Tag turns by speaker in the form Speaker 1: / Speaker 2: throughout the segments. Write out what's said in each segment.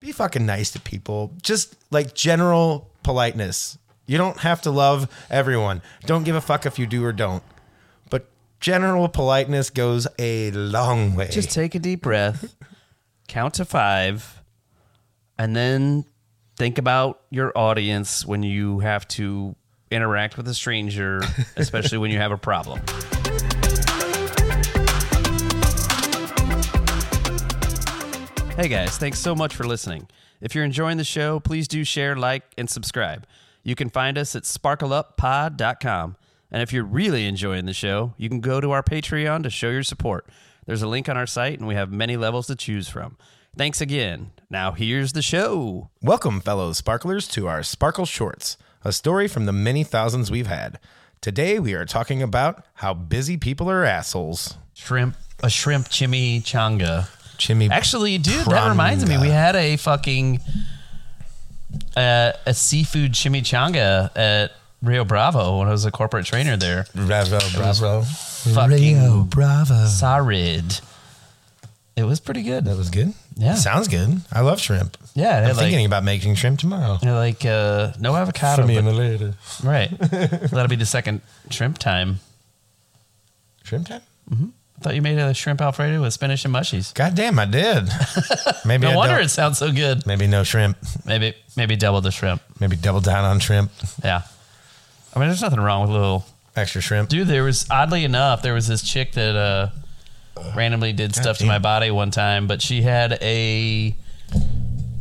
Speaker 1: be fucking nice to people. Just like general politeness. You don't have to love everyone. Don't give a fuck if you do or don't. But general politeness goes a long way.
Speaker 2: Just take a deep breath, count to five, and then think about your audience when you have to interact with a stranger, especially when you have a problem. Hey guys, thanks so much for listening. If you're enjoying the show, please do share, like, and subscribe. You can find us at sparkleupod.com. And if you're really enjoying the show, you can go to our Patreon to show your support. There's a link on our site, and we have many levels to choose from. Thanks again. Now, here's the show.
Speaker 1: Welcome, fellow sparklers, to our Sparkle Shorts, a story from the many thousands we've had. Today, we are talking about how busy people are assholes.
Speaker 2: Shrimp, a shrimp chimichanga.
Speaker 1: Jimmy,
Speaker 2: Actually, dude, that reminds me. We had a fucking uh, a seafood chimichanga at Rio Bravo when I was a corporate trainer there.
Speaker 1: Bravo, bravo.
Speaker 2: Fucking
Speaker 1: Rio Bravo.
Speaker 2: Sarid. It was pretty good.
Speaker 1: That was good.
Speaker 2: Yeah.
Speaker 1: Sounds good. I love shrimp.
Speaker 2: Yeah,
Speaker 1: I'm
Speaker 2: they're like-
Speaker 1: thinking about making shrimp tomorrow.
Speaker 2: You know, like uh, no avocado,
Speaker 1: me
Speaker 2: but-
Speaker 1: later.
Speaker 2: right? That'll be the second shrimp time.
Speaker 1: Shrimp time?
Speaker 2: I thought you made a shrimp alfredo with spinach and mushies.
Speaker 1: God damn, I did. Maybe
Speaker 2: No
Speaker 1: I
Speaker 2: wonder
Speaker 1: don't-
Speaker 2: it sounds so good.
Speaker 1: Maybe no shrimp.
Speaker 2: Maybe maybe double the shrimp.
Speaker 1: Maybe double down on shrimp.
Speaker 2: Yeah, I mean, there's nothing wrong with a little
Speaker 1: Extra shrimp.
Speaker 2: Dude, there was oddly enough, there was this chick that uh, randomly did stuff to
Speaker 1: damn.
Speaker 2: my body one time, but she had a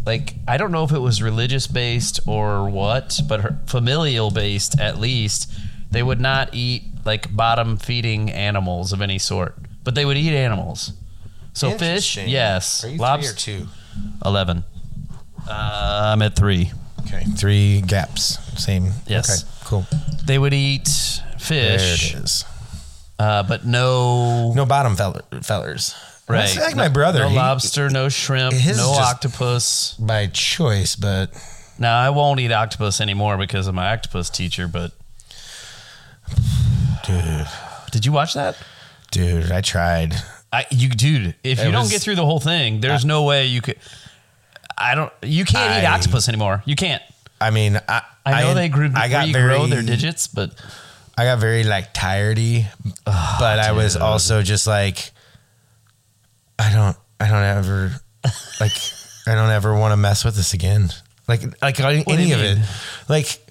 Speaker 2: like I don't know if it was religious based or what, but her familial based at least. They would not eat like bottom feeding animals of any sort, but they would eat animals. So fish,
Speaker 1: Interesting.
Speaker 2: yes.
Speaker 1: Are you three or
Speaker 2: Lobster,
Speaker 1: two?
Speaker 2: eleven. Uh, I'm at three.
Speaker 1: Okay. Three gaps. Same.
Speaker 2: Yes.
Speaker 1: Okay, cool.
Speaker 2: They would eat
Speaker 1: There
Speaker 2: fish,
Speaker 1: it is.
Speaker 2: uh, but no
Speaker 1: No bottom feller, fellers.
Speaker 2: Right.
Speaker 1: That's like my brother.
Speaker 2: No
Speaker 1: He-
Speaker 2: lobster, no shrimp,
Speaker 1: his
Speaker 2: no
Speaker 1: is just-
Speaker 2: octopus.
Speaker 1: by choice, but
Speaker 2: Now, I won't eat octopus anymore because of my octopus teacher, but
Speaker 1: dude,
Speaker 2: did you watch that?
Speaker 1: dude, I tried.
Speaker 2: I you dude, if you
Speaker 1: It
Speaker 2: don't
Speaker 1: was-
Speaker 2: get through the whole thing, there's no way you could I don't you can't eat
Speaker 1: I-
Speaker 2: octopus anymore. You can't.
Speaker 1: I mean, I
Speaker 2: I know they grew
Speaker 1: I got
Speaker 2: regrow
Speaker 1: very-
Speaker 2: their digits, but
Speaker 1: I got very like tiredy, but I was also just like, I don't, I don't ever, like, I don't ever want to mess with this again. Like, like any
Speaker 2: do you
Speaker 1: of it.
Speaker 2: mean?
Speaker 1: Like,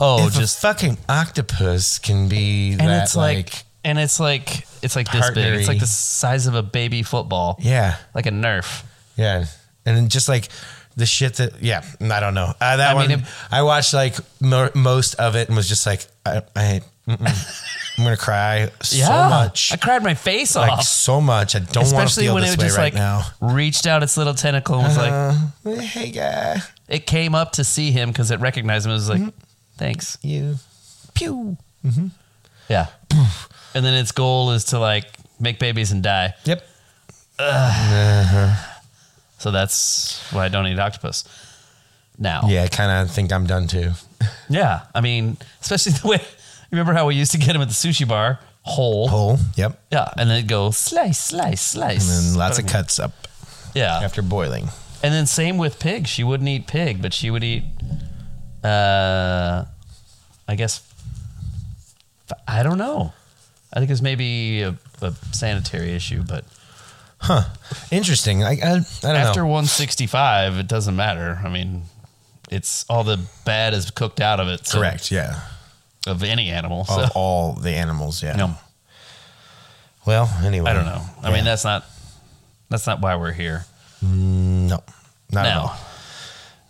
Speaker 2: oh,
Speaker 1: if
Speaker 2: just
Speaker 1: a fucking octopus can be
Speaker 2: and
Speaker 1: that,
Speaker 2: it's like,
Speaker 1: like,
Speaker 2: and it's like it's like this big. It's like
Speaker 1: partnery.
Speaker 2: the size of a baby football.
Speaker 1: yeah,
Speaker 2: Like a Nerf.
Speaker 1: yeah, and then just like the shit that, yeah, I don't know. Uh, that
Speaker 2: I
Speaker 1: one,
Speaker 2: mean,
Speaker 1: I watched like mo- most of it and was just like, I, I mm-mm. I'm gonna cry so much.
Speaker 2: I cried my face
Speaker 1: like
Speaker 2: off.
Speaker 1: so much. I don't want to
Speaker 2: especially
Speaker 1: feel
Speaker 2: when
Speaker 1: this
Speaker 2: it
Speaker 1: way
Speaker 2: just
Speaker 1: right
Speaker 2: like
Speaker 1: now.
Speaker 2: reached out its little tentacle and was like
Speaker 1: Uh, hey guy,
Speaker 2: it came up to see him because it recognized him it was like
Speaker 1: Mm-hmm.
Speaker 2: thanks
Speaker 1: you.
Speaker 2: pew yeah and then its goal is to like make babies and die
Speaker 1: Yep.
Speaker 2: so that's why i don't eat octopus now
Speaker 1: Yeah, I kind of think I'm done too.
Speaker 2: Yeah. i mean especially the way remember how we used to get them at the sushi bar whole,
Speaker 1: Whole. Yep.
Speaker 2: yeah and then go slice slice slice
Speaker 1: And lots of
Speaker 2: But I mean,
Speaker 1: cuts up
Speaker 2: yeah
Speaker 1: after boiling.
Speaker 2: And then same with pig. She wouldn't eat pig, but she would eat, uh, I guess, f- I don't know. I think it was maybe a, a sanitary issue, but
Speaker 1: Interesting. I, I, I don't
Speaker 2: after
Speaker 1: know.
Speaker 2: 165, it doesn't matter. I mean, it's all the bad is cooked out of it. so-
Speaker 1: Correct. Oh, Yeah.
Speaker 2: Of any animal. So,
Speaker 1: Of all the animals. Yeah.
Speaker 2: no,
Speaker 1: Well, anyway.
Speaker 2: I don't know. I mean, that's not, that's not why we're here.
Speaker 1: No. Not at
Speaker 2: Now,
Speaker 1: all.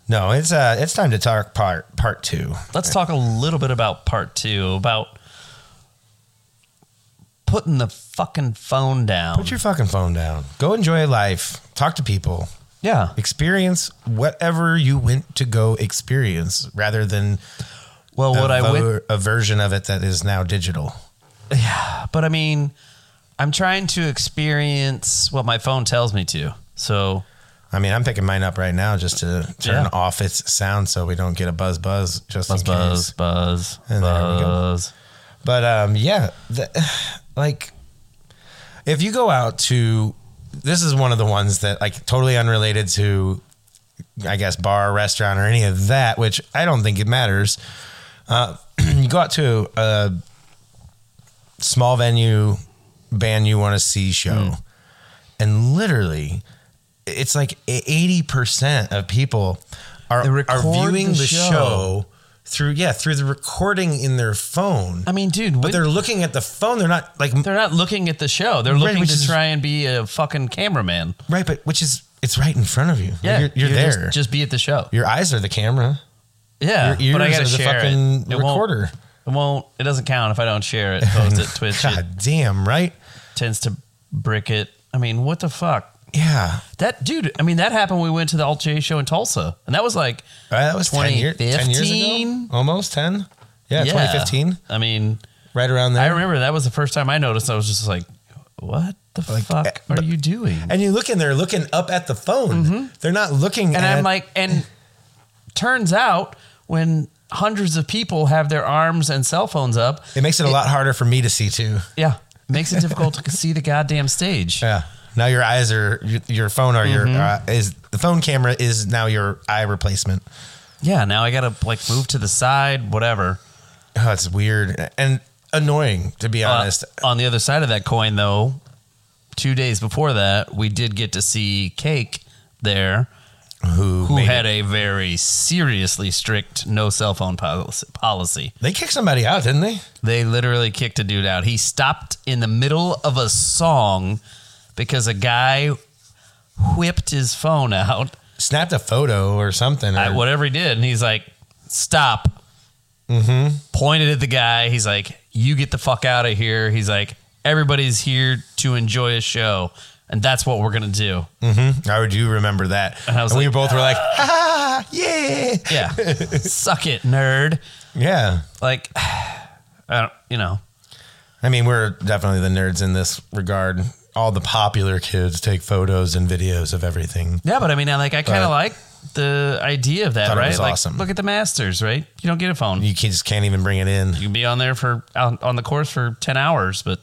Speaker 1: No, it's uh, it's time to talk part part two.
Speaker 2: Let's talk a little bit about part two about putting the fucking phone down.
Speaker 1: Put your fucking phone down. Go enjoy life. Talk to people.
Speaker 2: yeah.
Speaker 1: Experience whatever you went to go experience, rather than
Speaker 2: Well, what I would,
Speaker 1: a version of it that is now digital.
Speaker 2: but I mean, I'm trying to experience what my phone tells me to. So
Speaker 1: I mean, I'm picking mine up right now just to turn
Speaker 2: Yeah.
Speaker 1: off its sound so we don't get a buzz buzz just
Speaker 2: buzz,
Speaker 1: in case.
Speaker 2: buzz, buzz,
Speaker 1: And there we go.
Speaker 2: buzz.
Speaker 1: But um, yeah, the, like if you go out to, this is one of the ones that like totally unrelated to I guess, bar, restaurant, or any of that, which I don't think it matters. Uh, you go out to a small venue, band you want to see show,
Speaker 2: Hmm.
Speaker 1: and literally, it's like eighty percent of people are, are
Speaker 2: record
Speaker 1: viewing the,
Speaker 2: the
Speaker 1: show.
Speaker 2: show.
Speaker 1: through yeah through the recording in their phone.
Speaker 2: I mean, dude,
Speaker 1: but
Speaker 2: when-
Speaker 1: they're looking at the phone. They're not like
Speaker 2: They're not looking at the show. They're looking
Speaker 1: which
Speaker 2: to
Speaker 1: is-
Speaker 2: try and be a fucking cameraman.
Speaker 1: right, but which is it's right in front of you. Like,
Speaker 2: Yeah,
Speaker 1: you're, you're
Speaker 2: just-
Speaker 1: there.
Speaker 2: Just, be at the show.
Speaker 1: your eyes are the camera.
Speaker 2: Yeah,
Speaker 1: Your
Speaker 2: but I
Speaker 1: ears
Speaker 2: gotta
Speaker 1: are the
Speaker 2: share
Speaker 1: fucking
Speaker 2: it. It
Speaker 1: recorder.
Speaker 2: Won't, it won't. It doesn't count if I don't share it. Post it, Twitch it.
Speaker 1: God damn, right?
Speaker 2: Tends to brick it. I mean, what the fuck?
Speaker 1: Yeah.
Speaker 2: That dude. I mean, that happened. when We went to the Alt J show in Tulsa, and that was like,
Speaker 1: All right, Uh, that was 10, year, 10 years ago.
Speaker 2: 2015?
Speaker 1: Almost 10. Yeah, 2015.
Speaker 2: I mean,
Speaker 1: Right around there.
Speaker 2: I remember that was the first time I noticed. I was just like, what the
Speaker 1: Like,
Speaker 2: fuck
Speaker 1: eh,
Speaker 2: are
Speaker 1: but-
Speaker 2: you doing?
Speaker 1: and you look in there looking up at the phone. They're not looking
Speaker 2: Mm-hmm. And
Speaker 1: at
Speaker 2: I'm like, and turns out when hundreds of people have their arms and cell phones up,
Speaker 1: it makes it a lot harder for me to see too.
Speaker 2: yeah, makes it difficult to see the goddamn stage.
Speaker 1: Yeah. Now your eyes are your, your phone or your uh,
Speaker 2: Mm-hmm.
Speaker 1: is the phone camera is now your eye replacement.
Speaker 2: Yeah, now I gotta like move to the side, whatever.
Speaker 1: Oh, it's weird and annoying to be
Speaker 2: Uh,
Speaker 1: honest.
Speaker 2: on the other side of that coin, though, two days before that, we did get to see Cake there,
Speaker 1: who
Speaker 2: who
Speaker 1: made
Speaker 2: had
Speaker 1: it.
Speaker 2: a very seriously strict no cell phone policy. policy.
Speaker 1: They kicked somebody out, didn't they?
Speaker 2: They literally kicked a dude out. He stopped in the middle of a song because a guy whipped his phone out,
Speaker 1: Snapped a photo or something. Or,
Speaker 2: at whatever he did, and he's like, "Stop!" Pointed at the guy. He's like, "You get the fuck out of here." He's like, "Everybody's here to enjoy a show." And that's what we're gonna do.
Speaker 1: I do remember that. And,
Speaker 2: I was
Speaker 1: we
Speaker 2: like,
Speaker 1: both were like, ah, yeah.
Speaker 2: Yeah, suck it, nerd.
Speaker 1: Yeah.
Speaker 2: Like, I don't, you know,
Speaker 1: I mean, we're definitely the nerds in this regard. All the popular kids take photos and videos of everything.
Speaker 2: Yeah, but I mean, I like I
Speaker 1: But-
Speaker 2: kind of like the idea of that,
Speaker 1: Thought it
Speaker 2: right?
Speaker 1: was
Speaker 2: like,
Speaker 1: awesome.
Speaker 2: look at the Masters, right? You don't get a phone. You
Speaker 1: You can, just can't even bring it in
Speaker 2: can be on there for on, on the course for ten hours, but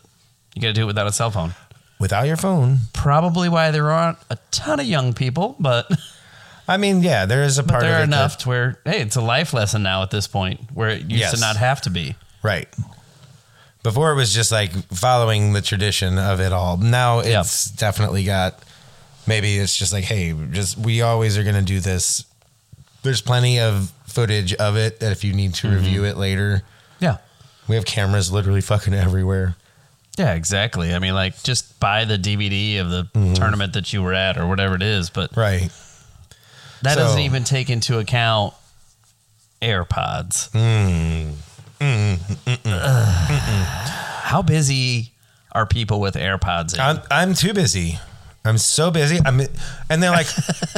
Speaker 2: you got to do it without a cell phone.
Speaker 1: without your phone.
Speaker 2: Probably why there aren't a ton of young people, but
Speaker 1: I mean, yeah, there is a
Speaker 2: but
Speaker 1: part
Speaker 2: there
Speaker 1: of
Speaker 2: are
Speaker 1: it that-
Speaker 2: enough to where hey, it's a life lesson now at this point where it used to
Speaker 1: Yes.
Speaker 2: not have to be.
Speaker 1: right. Before it was just like following the tradition of it all. Now it's definitely got maybe it's just like, hey, just we always are going to do this. There's plenty of footage of it that if you need
Speaker 2: Mm-hmm.
Speaker 1: to review it later,
Speaker 2: Yeah,
Speaker 1: We have cameras literally fucking everywhere.
Speaker 2: yeah, exactly. I mean, like just buy the DVD of the
Speaker 1: Mm-hmm.
Speaker 2: tournament that you were at or whatever it is, but
Speaker 1: Right.
Speaker 2: that
Speaker 1: So-
Speaker 2: doesn't even take into account AirPods.
Speaker 1: Hmm. Mm-hmm.
Speaker 2: Ugh. How busy are people with AirPods? In?
Speaker 1: I'm I'm too busy. I'm so busy. I'm and they're like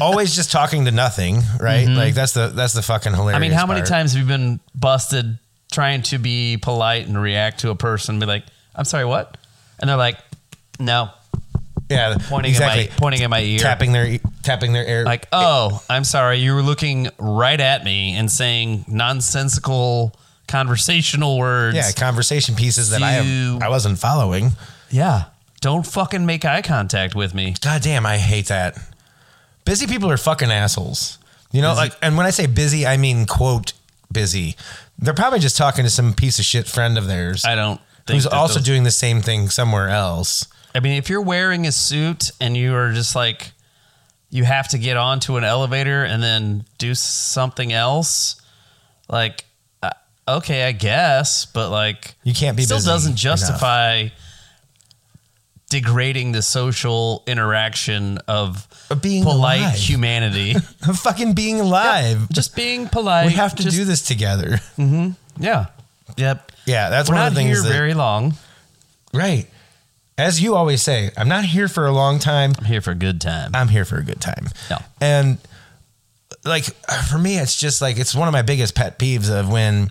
Speaker 1: always just talking to nothing, right? Like that's the that's the fucking hilarious.
Speaker 2: Mm-hmm. I mean, how many
Speaker 1: part.
Speaker 2: times have you been busted trying to be polite and react to a person and be like, "I'm sorry, what?" And they're like, "No,"
Speaker 1: Yeah,
Speaker 2: pointing
Speaker 1: exactly.
Speaker 2: at my pointing at my ear,
Speaker 1: tapping their e- tapping their air.
Speaker 2: like, "Oh, I'm sorry, you were looking right at me and saying nonsensical conversational words."
Speaker 1: yeah, conversation pieces that I
Speaker 2: You-
Speaker 1: have, I wasn't following.
Speaker 2: yeah. Don't fucking make eye contact with me.
Speaker 1: God damn, I hate that. Busy people are fucking assholes. You know, like, and when I say busy, I mean quote busy. They're probably just talking to some piece of shit friend of theirs
Speaker 2: I don't. Think
Speaker 1: who's
Speaker 2: that
Speaker 1: also
Speaker 2: those-
Speaker 1: doing the same thing somewhere else.
Speaker 2: I mean, if you're wearing a suit and you are just like, you have to get onto an elevator and then do something else, like, uh, okay, I guess, but like,
Speaker 1: You can't be
Speaker 2: still
Speaker 1: busy
Speaker 2: doesn't
Speaker 1: enough.
Speaker 2: justify degrading the social interaction of
Speaker 1: Of being
Speaker 2: polite
Speaker 1: alive.
Speaker 2: humanity.
Speaker 1: fucking being alive.
Speaker 2: just being polite.
Speaker 1: we have to
Speaker 2: just-
Speaker 1: do this together.
Speaker 2: Yeah. Yep.
Speaker 1: Yeah, that's
Speaker 2: We're
Speaker 1: one of
Speaker 2: not
Speaker 1: the
Speaker 2: here
Speaker 1: things that
Speaker 2: very long.
Speaker 1: right. As you always say, I'm not here for a long time.
Speaker 2: I'm here for a good time.
Speaker 1: I'm here for a good time.
Speaker 2: Yeah.
Speaker 1: And like for me, it's just like it's one of my biggest pet peeves of when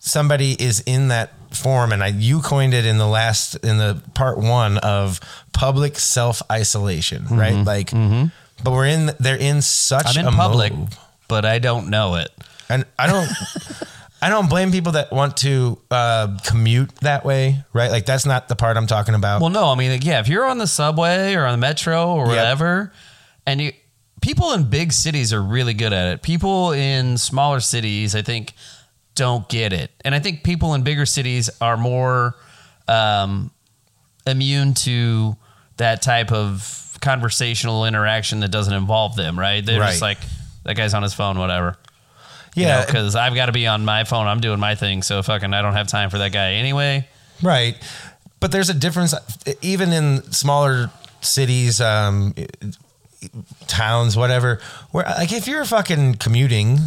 Speaker 1: somebody is in that form, and I you coined it in the last in the part one of public self isolation, right? Like, but we're in they're in such
Speaker 2: Mm-hmm. I'm
Speaker 1: a
Speaker 2: in public,
Speaker 1: mode.
Speaker 2: but I don't know it.
Speaker 1: and I don't. I don't blame people that want to uh, commute that way, right? Like that's not the part I'm talking about.
Speaker 2: Well, no, I mean, like, yeah, if you're on the subway or on the metro or whatever, and you people in big cities are really good at it. People in smaller cities, I think, don't get it. And I think people in bigger cities are more um, immune to that type of conversational interaction that doesn't involve them, right? They're just
Speaker 1: Right.
Speaker 2: like, that guy's on his phone, whatever.
Speaker 1: Yeah,
Speaker 2: Because I've got to be on my phone. I'm doing my thing. So fucking, I don't have time for that guy anyway.
Speaker 1: Right. But there's a difference, even in smaller cities, um, towns, whatever, where, like, if you're fucking commuting,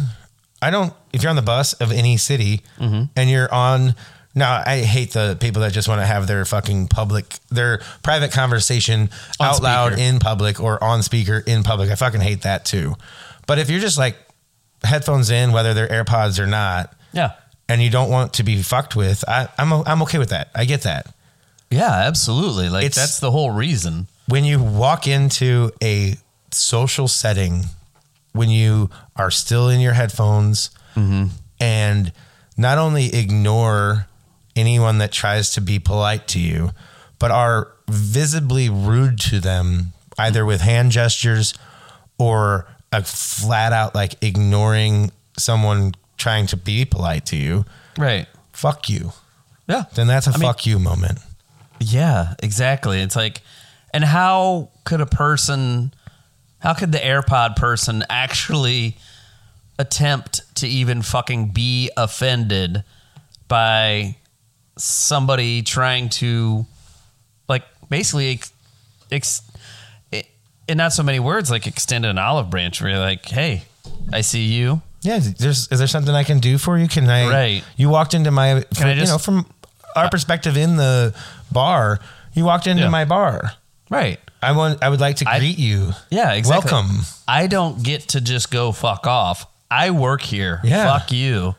Speaker 1: I don't, if you're on the bus of any city
Speaker 2: Mm-hmm.
Speaker 1: and you're on, now I hate the people that just want to have their fucking public, their private conversation
Speaker 2: On
Speaker 1: out loud
Speaker 2: speaker.
Speaker 1: in public or on speaker in public. I fucking hate that too. But if you're just like headphones in, whether they're AirPods or not,
Speaker 2: Yeah.
Speaker 1: and you don't want to be fucked with, I, I'm o- I'm okay with that. I get that.
Speaker 2: Yeah, absolutely. Like,
Speaker 1: It's-
Speaker 2: that's the whole reason.
Speaker 1: When you walk into a social setting, when you are still in your headphones, and not only ignore anyone that tries to be polite to you, but are visibly rude to them, either with hand gestures or a flat out like ignoring someone trying to be polite to you.
Speaker 2: Right.
Speaker 1: Fuck you.
Speaker 2: Yeah.
Speaker 1: Then that's a
Speaker 2: mean-
Speaker 1: fuck you moment.
Speaker 2: Yeah, exactly. It's like, and how could a person, how could the AirPod person actually attempt to even fucking be offended by somebody trying to, like, basically, ex, ex, i- in not so many words, like extend an olive branch where you're like, hey, I see you.
Speaker 1: Yeah, is- there's is there something I can do for you? Can I?
Speaker 2: Right.
Speaker 1: You walked into my.
Speaker 2: Can I
Speaker 1: you
Speaker 2: just-
Speaker 1: know from our perspective in the bar? You walked into
Speaker 2: Yeah.
Speaker 1: my bar.
Speaker 2: Right.
Speaker 1: I want. I would like to
Speaker 2: I-
Speaker 1: greet you.
Speaker 2: Yeah, exactly.
Speaker 1: Welcome.
Speaker 2: I don't get to just go fuck off. I work here.
Speaker 1: Yeah.
Speaker 2: Fuck you.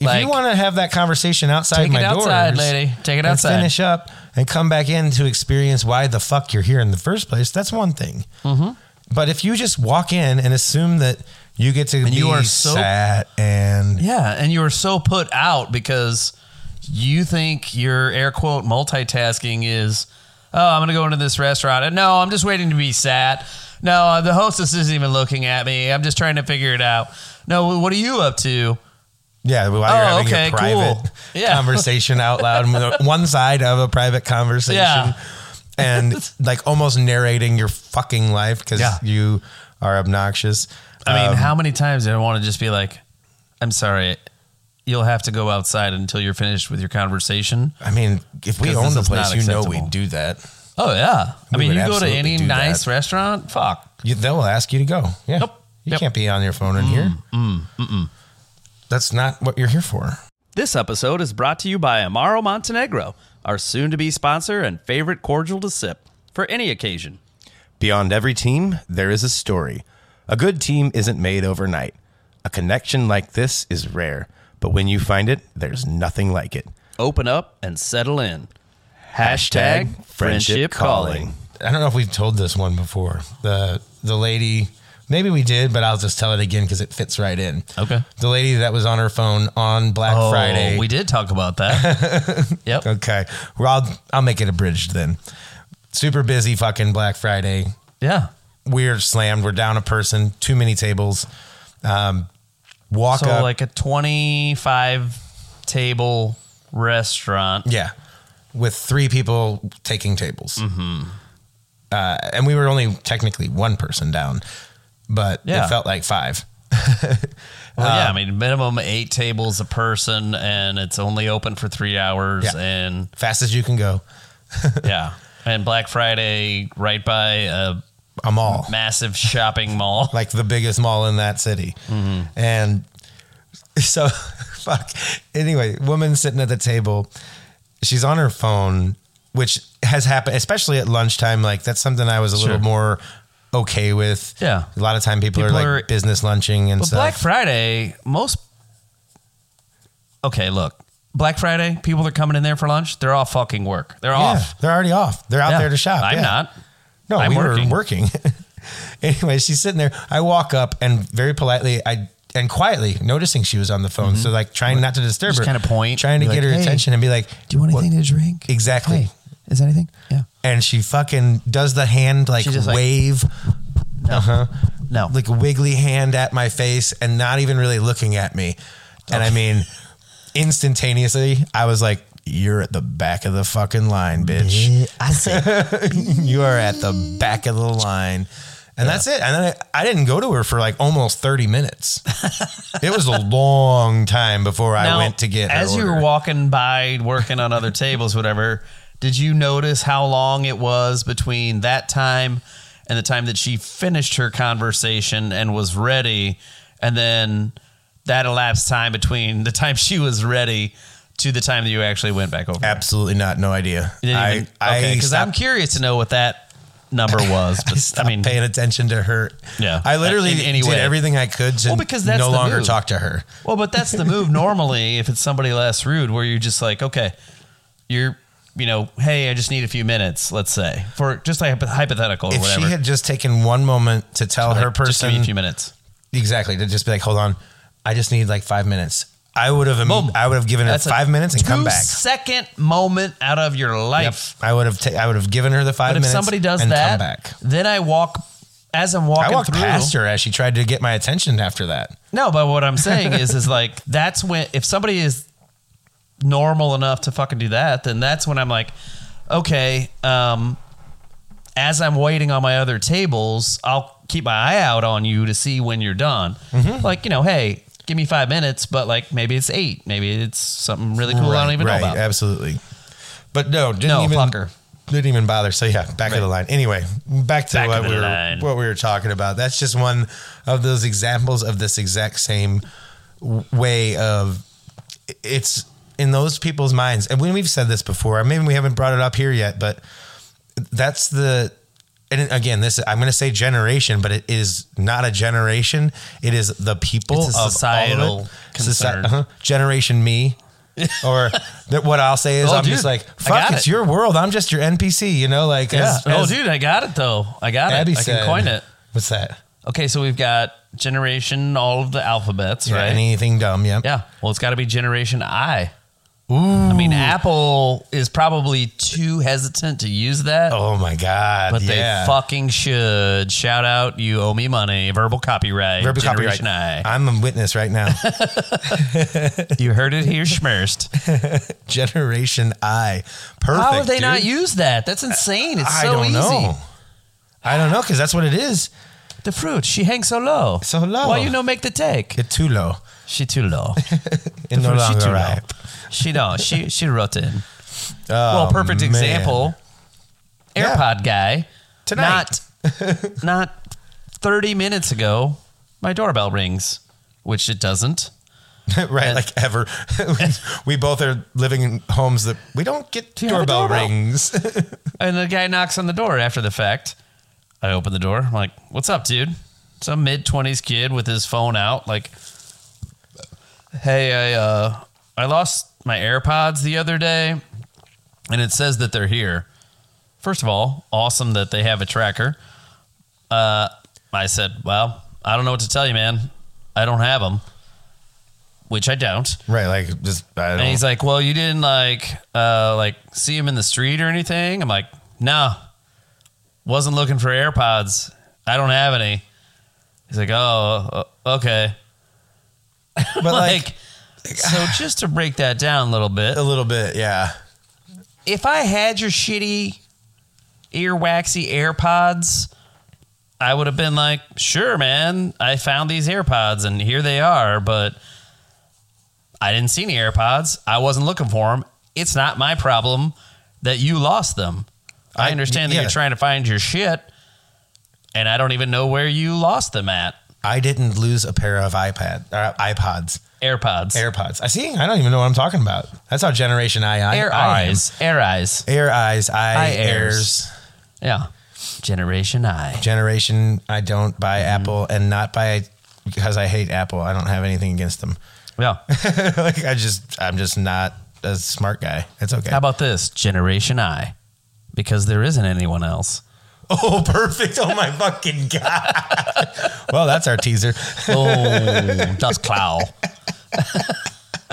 Speaker 1: If
Speaker 2: Like-
Speaker 1: you want to have that conversation outside
Speaker 2: Take it
Speaker 1: my
Speaker 2: outside,
Speaker 1: doors,
Speaker 2: lady. Take it
Speaker 1: and
Speaker 2: outside.
Speaker 1: Finish up and come back in to experience why the fuck you're here in the first place. That's one thing.
Speaker 2: Mm-hmm.
Speaker 1: But if you just walk in and assume that you get to be
Speaker 2: you are so-
Speaker 1: sat and
Speaker 2: Yeah, and you were so put out because you think your air quote multitasking is, oh, I'm gonna go into this restaurant, and no, I'm just waiting to be sat. No, uh, the hostess isn't even looking at me. I'm just trying to figure it out. No, what are you up to?
Speaker 1: Yeah, while
Speaker 2: Oh,
Speaker 1: you're having
Speaker 2: okay,
Speaker 1: a private
Speaker 2: cool. Yeah.
Speaker 1: conversation out loud, on one side of a private conversation,
Speaker 2: Yeah.
Speaker 1: and like almost narrating your fucking life because
Speaker 2: Yeah.
Speaker 1: you are obnoxious.
Speaker 2: I mean,
Speaker 1: Um,
Speaker 2: how many times did I want to just be like, I'm sorry, you'll have to go outside until you're finished with your conversation?
Speaker 1: I mean, if we
Speaker 2: 'Cause
Speaker 1: own
Speaker 2: this
Speaker 1: the
Speaker 2: is not
Speaker 1: place, you know we
Speaker 2: acceptable.
Speaker 1: do that.
Speaker 2: Oh yeah. I
Speaker 1: We
Speaker 2: mean,
Speaker 1: would
Speaker 2: you go to
Speaker 1: absolutely
Speaker 2: any
Speaker 1: do
Speaker 2: nice
Speaker 1: that.
Speaker 2: restaurant, fuck.
Speaker 1: You, they'll ask you to go. Yeah,
Speaker 2: Nope.
Speaker 1: you
Speaker 2: Yep. Mm,
Speaker 1: can't be on your phone in here. That's not what you're here for.
Speaker 3: This episode is brought to you by Amaro Montenegro, our soon to be sponsor and favorite cordial to sip for any occasion.
Speaker 4: Beyond every team, there is a story. A good team isn't made overnight. A connection like this is rare, but when you find it, there's nothing like it.
Speaker 3: Open up and settle in.
Speaker 4: Hashtag
Speaker 3: Hashtag friendship calling.
Speaker 1: I don't know if we've told this one before. The the lady, maybe we did, but I'll just tell it again because it fits right in.
Speaker 2: Okay.
Speaker 1: The lady that was on her phone on Black
Speaker 2: Oh,
Speaker 1: Friday.
Speaker 2: we did talk about that. yep.
Speaker 1: okay. Well, I'll, I'll make it abridged then. Super busy fucking Black Friday.
Speaker 2: Yeah.
Speaker 1: We're slammed. We're down a person. Too many tables. Um, walk
Speaker 2: So
Speaker 1: up.
Speaker 2: like a 25 table restaurant.
Speaker 1: Yeah, with three people taking tables,
Speaker 2: Mm-hmm.
Speaker 1: uh, and we were only technically one person down, but
Speaker 2: Yeah.
Speaker 1: it felt like five.
Speaker 2: Well,
Speaker 3: Uh,
Speaker 2: yeah, I mean minimum 8 tables a person and it's only open for 3 hours
Speaker 1: Yeah.
Speaker 2: and
Speaker 1: Fast as you can go,
Speaker 2: yeah. And Black Friday right by a
Speaker 1: a mall,
Speaker 2: massive shopping mall.
Speaker 1: like the biggest mall in that city,
Speaker 2: Mm-hmm.
Speaker 1: and so fuck. Anyway, woman sitting at the table, she's on her phone, which has happened, especially at lunchtime. Like that's something I was a little more okay with.
Speaker 2: Yeah.
Speaker 1: a lot of time people,
Speaker 2: People
Speaker 1: are like
Speaker 2: are-
Speaker 1: business lunching and
Speaker 2: But
Speaker 1: stuff.
Speaker 2: Black Friday, most. Okay, look. Black Friday, people that are coming in there for lunch, they're all fucking work. They're
Speaker 1: Yeah,
Speaker 2: off.
Speaker 1: They're already off. They're out
Speaker 2: Yeah.
Speaker 1: there to shop.
Speaker 2: I'm
Speaker 1: yeah.
Speaker 2: not.
Speaker 1: No,
Speaker 2: I'm
Speaker 1: we
Speaker 2: working.
Speaker 1: were working. anyway, she's sitting there. I walk up and very politely, I and quietly noticing she was on the phone. So like trying not to disturb
Speaker 2: Mm-hmm. Just
Speaker 1: her,
Speaker 2: kinda point,
Speaker 1: trying to
Speaker 2: be
Speaker 1: get
Speaker 2: like,
Speaker 1: her
Speaker 2: "Hey,
Speaker 1: attention and be like,
Speaker 2: Do you want
Speaker 1: "What-"
Speaker 2: anything to drink?
Speaker 1: Exactly.
Speaker 2: Hey, is anything? Yeah.
Speaker 1: And she fucking does the hand like
Speaker 2: She just, like-
Speaker 1: wave. uh huh.
Speaker 2: No.
Speaker 1: like wiggly hand at my face and not even really looking at me. And I mean, instantaneously, I was like, "You're at the back of the fucking line, bitch.
Speaker 2: I said,
Speaker 1: you are at the back of the line." And that's it. And then I, I didn't go to her for like almost 30 minutes. it was a long time before I
Speaker 2: now,
Speaker 1: went to get her
Speaker 2: As you were
Speaker 1: order.
Speaker 2: walking by, working on other tables, whatever, did you notice how long it was between that time and the time that she finished her conversation and was ready, and then that elapsed time between the time she was ready to the time that you actually went back over?
Speaker 1: Absolutely not. No idea. I,
Speaker 2: Because
Speaker 1: I
Speaker 2: I'm
Speaker 1: stopped
Speaker 2: curious to know what that number was. But, I, mean,
Speaker 1: paying attention to her.
Speaker 2: Yeah.
Speaker 1: I literally
Speaker 2: In any
Speaker 1: did
Speaker 2: way.
Speaker 1: everything I could to
Speaker 2: Well, because that's
Speaker 1: no
Speaker 2: the
Speaker 1: longer
Speaker 2: move.
Speaker 1: talk to her.
Speaker 2: Well, but that's the move normally if it's somebody less rude, where you're just like, okay, you're, you know, hey, I just need a few minutes, let's say, for just a hypo- hypothetical or
Speaker 1: If
Speaker 2: whatever.
Speaker 1: she had just taken one moment to tell her
Speaker 2: Like, just give me
Speaker 1: person
Speaker 2: a few minutes.
Speaker 1: exactly to just be like, hold on, I just need like five minutes. I would have
Speaker 2: Boom.
Speaker 1: I would have given her
Speaker 2: That's a
Speaker 1: five minutes and come back.
Speaker 2: Second moment out of your life.
Speaker 1: I would have ta- I would have given her the five
Speaker 2: But if
Speaker 1: minutes.
Speaker 2: somebody does
Speaker 1: and come
Speaker 2: that,
Speaker 1: back.
Speaker 2: then I walk as I'm walking
Speaker 1: I walked
Speaker 2: through.
Speaker 1: past her as she tried to get my attention after that.
Speaker 2: No, but what I'm saying is, is like that's when if somebody is normal enough to fucking do that, then that's when I'm like, okay, um, as I'm waiting on my other tables, I'll keep my eye out on you to see when you're done.
Speaker 1: Mm-hmm.
Speaker 2: Like, you know, hey, give me five minutes, but like maybe it's eight, maybe it's something really cool I don't even
Speaker 1: right,
Speaker 2: know about.
Speaker 1: Absolutely. But no, didn't
Speaker 2: No,
Speaker 1: even
Speaker 2: fuck her.
Speaker 1: didn't even bother. So yeah, back of the line. Anyway, back to
Speaker 2: Back
Speaker 1: what
Speaker 2: of the
Speaker 1: we were
Speaker 2: line.
Speaker 1: what we were talking about. That's just one of those examples of this exact same w- way of it's in those people's minds. And when we've said this before, maybe we haven't brought it up here yet, but that's the and again, this I'm going to say generation, but it is not a generation. It is the people
Speaker 2: It's
Speaker 1: of
Speaker 2: a
Speaker 1: all of it.
Speaker 2: societal
Speaker 1: Soci-
Speaker 2: concern.
Speaker 1: uh-huh. Generation me, or that what I'll say is
Speaker 2: Oh,
Speaker 1: I'm
Speaker 2: dude,
Speaker 1: just like
Speaker 2: I
Speaker 1: fuck.
Speaker 2: got
Speaker 1: It's
Speaker 2: it."
Speaker 1: your world. I'm just your NPC. You know, like as-
Speaker 2: oh,
Speaker 1: as
Speaker 2: dude, I got it though. I got
Speaker 1: Abby
Speaker 2: it. I
Speaker 1: said-
Speaker 2: can coin it.
Speaker 1: What's that?
Speaker 2: Okay, so we've got generation, all of the alphabets,
Speaker 1: Yeah,
Speaker 2: right?
Speaker 1: Anything dumb? Yeah.
Speaker 2: Yeah. Well, it's got to be Generation I. I mean, Apple is probably too hesitant to use that,
Speaker 1: Oh my god.
Speaker 2: but
Speaker 1: yeah.
Speaker 2: they fucking should. Shout out, you owe me money. Verbal copyright.
Speaker 1: Verbal
Speaker 2: Generation
Speaker 1: copyright. I'm a witness right now.
Speaker 2: I. You heard it here, Schmerst.
Speaker 1: Generation I. Perfect.
Speaker 2: How have they
Speaker 1: dude.
Speaker 2: not use that? That's insane. It's
Speaker 1: I
Speaker 2: so
Speaker 1: don't
Speaker 2: easy.
Speaker 1: know. I don't know because that's what it is.
Speaker 2: The fruit, she hangs so low.
Speaker 1: So low.
Speaker 2: Why you no make the take?
Speaker 1: It's too low.
Speaker 2: She too low.
Speaker 1: It's no
Speaker 2: fruit, she
Speaker 1: longer
Speaker 2: too
Speaker 1: ripe.
Speaker 2: low. She don't. She she rotten.
Speaker 1: Oh,
Speaker 2: well, perfect
Speaker 1: man.
Speaker 2: example.
Speaker 1: Yeah.
Speaker 2: AirPod guy.
Speaker 1: Tonight.
Speaker 2: Not not 30 minutes ago, my doorbell rings, which it doesn't.
Speaker 1: right? Like ever. we both are living in homes that we don't get
Speaker 2: you have a
Speaker 1: doorbell,
Speaker 2: doorbell?
Speaker 1: rings.
Speaker 2: And the guy knocks on the door after the fact. I open the door. I'm like, "What's up, dude?" Some mid 20s kid with his phone out like, "Hey, I uh I lost my AirPods the other day and it says that they're here." First of all, awesome that they have a tracker. Uh, I said, "Well, I don't know what to tell you, man. I don't have them." Which I don't.
Speaker 1: right? Like just I
Speaker 2: And
Speaker 1: don't.
Speaker 2: he's like, "Well, you didn't like uh like see him in the street or anything?" I'm like, "No. Wasn't looking for AirPods. I don't have any." He's like, "Oh, uh, okay."
Speaker 1: But
Speaker 2: Like,
Speaker 1: like,
Speaker 2: so just to break that down a little bit,
Speaker 1: a little bit, yeah.
Speaker 2: if I had your shitty earwaxy AirPods, I would have been like, "Sure, man. I found these AirPods and here they are, but I didn't see any AirPods. I wasn't looking for them. It's not my problem that you lost them. I,
Speaker 1: I-
Speaker 2: understand that
Speaker 1: yeah.
Speaker 2: you're trying to find your shit, and I don't even know where you lost them at.
Speaker 1: I didn't lose a pair of iPad uh, iPods,
Speaker 2: AirPods, Air,
Speaker 1: AirPods. I see. I don't even know what I'm talking about. That's how Generation I, I I am.
Speaker 2: eyes, Air eyes.
Speaker 1: air eyes, I,
Speaker 2: I
Speaker 1: airs.
Speaker 2: airs. Yeah, Generation I.
Speaker 1: Generation. I don't buy
Speaker 2: Mm-hmm.
Speaker 1: Apple, and not by because I hate Apple. I don't have anything against them.
Speaker 2: Yeah.
Speaker 1: like I just, I'm just not a smart guy. It's okay.
Speaker 2: How about this? Generation I. Because there isn't anyone else.
Speaker 1: Oh, perfect. Oh, my fucking God. well, that's our teaser.
Speaker 2: Oh, that's Clow.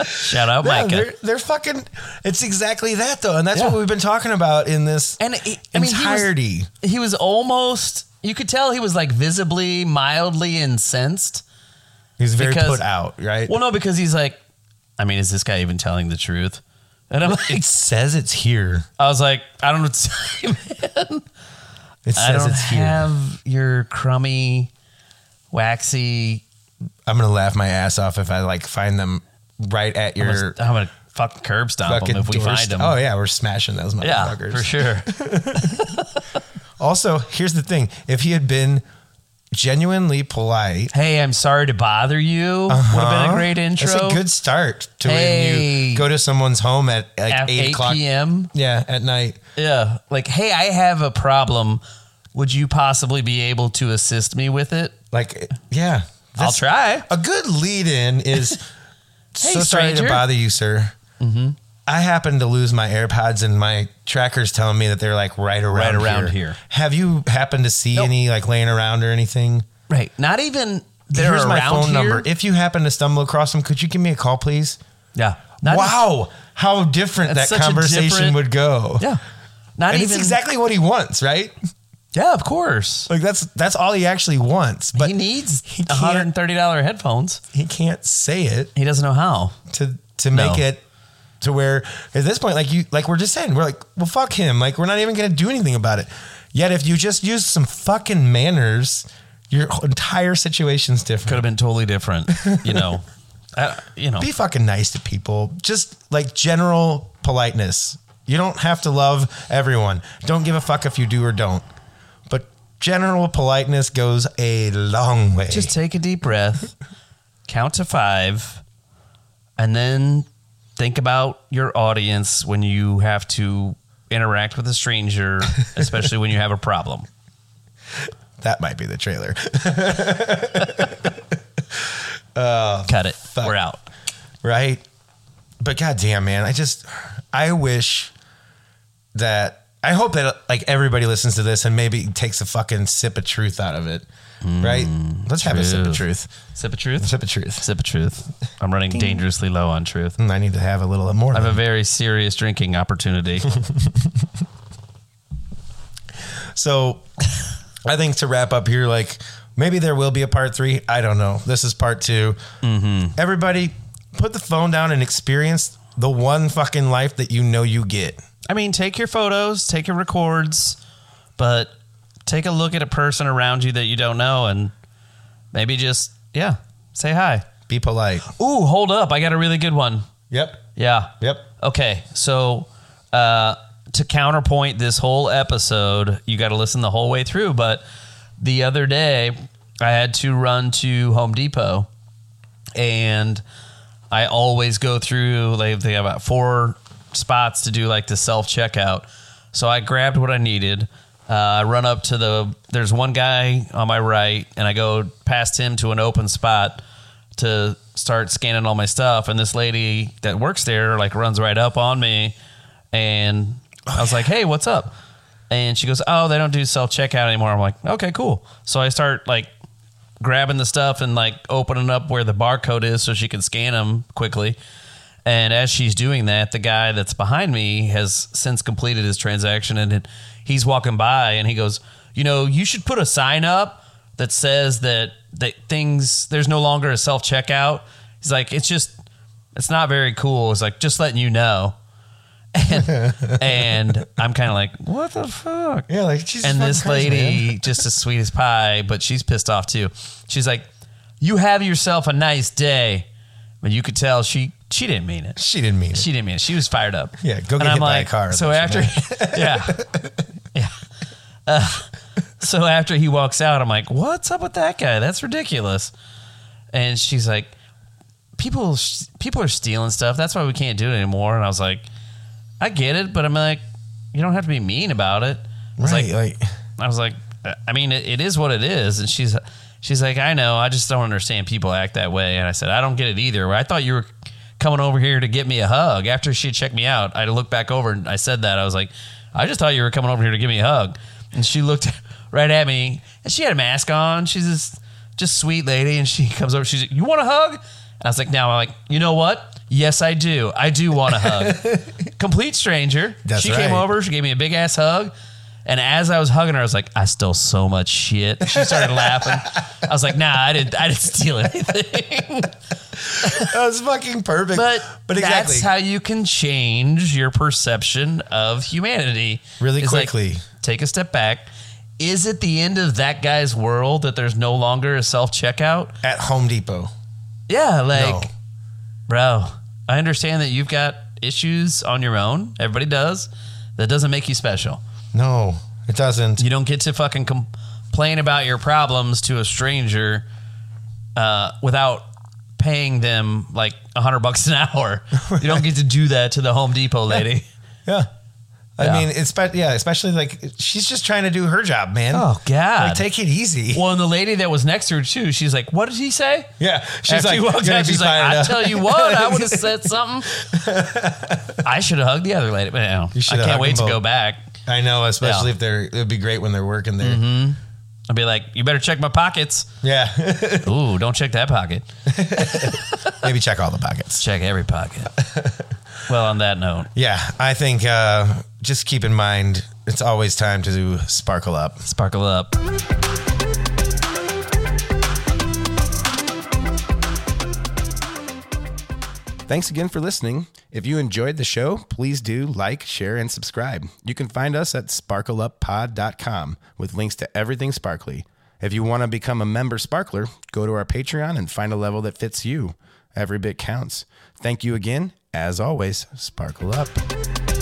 Speaker 2: Shout out,
Speaker 1: Yeah,
Speaker 2: Micah.
Speaker 1: they're, they're fucking, it's exactly that, though. And that's
Speaker 2: uh, Yeah.
Speaker 1: what we've been talking about in this
Speaker 2: and he, I mean, he was-
Speaker 1: entirety.
Speaker 2: He was, almost You could tell he was like visibly, mildly incensed.
Speaker 1: He's very
Speaker 2: Because-
Speaker 1: put out, right?
Speaker 2: Well, no, because he's like, I mean, is this guy even telling the truth? And I'm like,
Speaker 1: it says it's here.
Speaker 2: I was like, I don't know what to say, man.
Speaker 1: It
Speaker 2: I
Speaker 1: says
Speaker 2: don't
Speaker 1: it's here.
Speaker 2: have your crummy, waxy.
Speaker 1: I'm gonna laugh my ass off if I like find them right at
Speaker 2: I'm
Speaker 1: your
Speaker 2: gonna, I'm gonna fucking curb stomp
Speaker 1: fucking
Speaker 2: him if we
Speaker 1: door
Speaker 2: find
Speaker 1: st-
Speaker 2: him.
Speaker 1: Oh yeah, we're smashing those
Speaker 2: yeah,
Speaker 1: motherfuckers
Speaker 2: for sure.
Speaker 1: Also, here's the thing: if he had been genuinely polite,
Speaker 2: hey, I'm sorry to bother you. Would have been a great intro.
Speaker 1: It's Uh-huh. a good start to when
Speaker 2: Hey.
Speaker 1: you go to someone's home at like
Speaker 2: at
Speaker 1: eight,
Speaker 2: 8,
Speaker 1: o'clock.
Speaker 2: p.m.
Speaker 1: Yeah, at night.
Speaker 2: Yeah, like, hey, I have a problem. Would you possibly be able to assist me with it?
Speaker 1: Like, yeah,
Speaker 2: I'll
Speaker 1: That's-
Speaker 2: try.
Speaker 1: A good lead-in is so sorry to
Speaker 2: stranger." Mm-hmm.
Speaker 1: bother you, sir. I happened to lose my AirPods, and my tracker's telling me that they're like right around
Speaker 2: Right around here.
Speaker 1: Have you happened to see any like laying around or anything?
Speaker 2: Right. Not even. They're
Speaker 1: Here's
Speaker 2: around
Speaker 1: my phone
Speaker 2: here.
Speaker 1: number. If you happen to stumble across them, could you give me a call, please?
Speaker 2: Yeah. Not
Speaker 1: wow, how different that
Speaker 2: That's such a
Speaker 1: conversation
Speaker 2: different-
Speaker 1: would go.
Speaker 2: Yeah. Not
Speaker 1: and
Speaker 2: even.
Speaker 1: it's exactly what he wants, right?
Speaker 2: yeah, of course.
Speaker 1: Like that's that's all he actually wants, but
Speaker 2: he needs
Speaker 1: he can't-
Speaker 2: $130 headphones.
Speaker 1: he can't say it
Speaker 2: He doesn't know how.
Speaker 1: to to make
Speaker 2: No.
Speaker 1: it to where at this point, like you, like we're just saying, we're like, well, fuck him. Like we're not even gonna do anything about it. Yet if you just use some fucking manners, your entire situation's different.
Speaker 2: Could have been totally different, you know. I, you know,
Speaker 1: Be fucking nice to people. Just like general politeness. You don't have to love everyone. Don't give a fuck if you do or don't. But general politeness goes a long way.
Speaker 2: just take a deep breath, count to five, and then think about your audience when you have to interact with a stranger, especially when you have a problem.
Speaker 1: that might be the trailer.
Speaker 2: Cut it. We're out.
Speaker 1: right? But goddamn, man, I just I wish that I hope that like everybody listens to this and maybe takes a fucking sip of truth out of it,
Speaker 2: Mm,
Speaker 1: right? Let's have a sip of truth.
Speaker 2: Sip of truth.
Speaker 1: Sip of truth.
Speaker 2: Sip of truth. I'm running dangerously low on truth.
Speaker 1: Mm, I need to have a little more.
Speaker 2: I have a very serious drinking opportunity.
Speaker 1: So I think to wrap up here, like maybe there will be a part three. I don't know. This is part 2
Speaker 2: Mm-hmm.
Speaker 1: Everybody, put the phone down and experience the one fucking life that you know you get.
Speaker 2: I mean, take your photos, take your records, but take a look at a person around you that you don't know and maybe just, yeah, say hi.
Speaker 1: Be polite.
Speaker 2: Ooh, hold up. I got a really good one.
Speaker 1: Yep.
Speaker 2: Yeah.
Speaker 1: Yep.
Speaker 2: Okay. So, uh, to counterpoint this whole episode, you got to listen the whole way through. But the other day, I had to run to Home Depot, and I always go through. They they have about four spots to do like the self checkout. So I grabbed what I needed. Uh, I run up to the. There's one guy on my right, and I go past him to an open spot to start scanning all my stuff. And this lady that works there like runs right up on me, and I was like, "Hey, what's up?" And she goes, "Oh, they don't do self checkout anymore." I'm like, "Okay, cool." So I start like grabbing the stuff and like opening up where the barcode is so she can scan them quickly. And as she's doing that, the guy that's behind me has since completed his transaction and it- he's walking by and he goes, You know, you should put a sign up that says that, that things, there's no longer a self checkout. He's like, It's just, it's not very cool. It's like, just letting you know. And, and I'm kind of like, What the fuck?
Speaker 1: Yeah, like Jesus
Speaker 2: and
Speaker 1: fucking
Speaker 2: this
Speaker 1: Christ, man.
Speaker 2: lady just as sweet as pie but she's pissed off too she's like you have yourself a nice day but you could tell she she didn't mean it
Speaker 1: She didn't mean it.
Speaker 2: she didn't mean it she was fired up
Speaker 1: Yeah, go get hit by a car,
Speaker 2: so
Speaker 1: that's
Speaker 2: after
Speaker 1: what
Speaker 2: yeah yeah Uh, so after he walks out i'm like what's up with that guy that's ridiculous and she's like people people are stealing stuff that's why we can't do it anymore and i was like i get it but i'm like you don't have to be mean about it It's
Speaker 1: right,
Speaker 2: like,
Speaker 1: like
Speaker 2: I was like, I mean, it, it is what it is. And she's, she's like, I know, I just don't understand people act that way. And I said, I don't get it either. I thought you were coming over here to get me a hug. After she checked me out, I looked back over and I said that. I was like, I just thought you were coming over here to give me a hug. And she looked right at me and she had a mask on. She's this just sweet lady. And she comes over, she's like, you want a hug? And I was like, now I'm like, you know what? Yes, I do. I do want a hug. Complete stranger.
Speaker 1: That's
Speaker 2: she came
Speaker 1: right.
Speaker 2: over. She gave me a big ass hug. And as I was hugging her, I was like, I stole so much shit. She started laughing. I was like, Nah, I didn't. I didn't steal anything.
Speaker 1: That was fucking perfect.
Speaker 2: But
Speaker 1: but exactly.
Speaker 2: that's how you can change your perception of humanity
Speaker 1: Really
Speaker 2: It's like,
Speaker 1: quickly.
Speaker 2: take a step back. Is it the end of that guy's world that there's no longer a self checkout?
Speaker 1: At Home Depot.
Speaker 2: Yeah, like,
Speaker 1: No.
Speaker 2: bro, I understand that you've got issues on your own. Everybody does. That doesn't make you special.
Speaker 1: No, it doesn't.
Speaker 2: You don't get to fucking complain about your problems to a stranger uh, without paying them like a hundred bucks an hour. You don't get to do that to the Home Depot lady.
Speaker 1: Yeah. I
Speaker 2: Yeah.
Speaker 1: mean, it's but yeah, especially like she's just trying to do her job, man.
Speaker 2: Oh, God.
Speaker 1: Like, take it easy.
Speaker 2: Well, and the lady that was next to her too, she's like, "What did he say?"
Speaker 1: Yeah,
Speaker 2: She's like,
Speaker 1: "You're gonna be uh,
Speaker 2: she's like,
Speaker 1: fired
Speaker 2: I
Speaker 1: up."
Speaker 2: tell you what, I would have said something. I should have hugged the other lady, but you know, I
Speaker 1: should've
Speaker 2: can't
Speaker 1: hugged
Speaker 2: wait to
Speaker 1: them
Speaker 2: go
Speaker 1: both.
Speaker 2: back.
Speaker 1: I know, especially if they're. It'd be great when they're working there.
Speaker 2: Mm-hmm. I'd be like, "You better check my pockets."
Speaker 1: Yeah,
Speaker 2: Ooh, don't check that pocket.
Speaker 1: maybe check all the pockets.
Speaker 2: Check every pocket. well, on that note,
Speaker 1: Yeah, I think uh, just keep in mind it's always time to do sparkle up.
Speaker 2: sparkle up.
Speaker 4: Thanks again for listening. If you enjoyed the show, please do like, share, and subscribe. You can find us at sparkleupod.com with links to everything sparkly. If you want to become a member sparkler, go to our Patreon and find a level that fits you. Every bit counts. Thank you again. As always, sparkle up.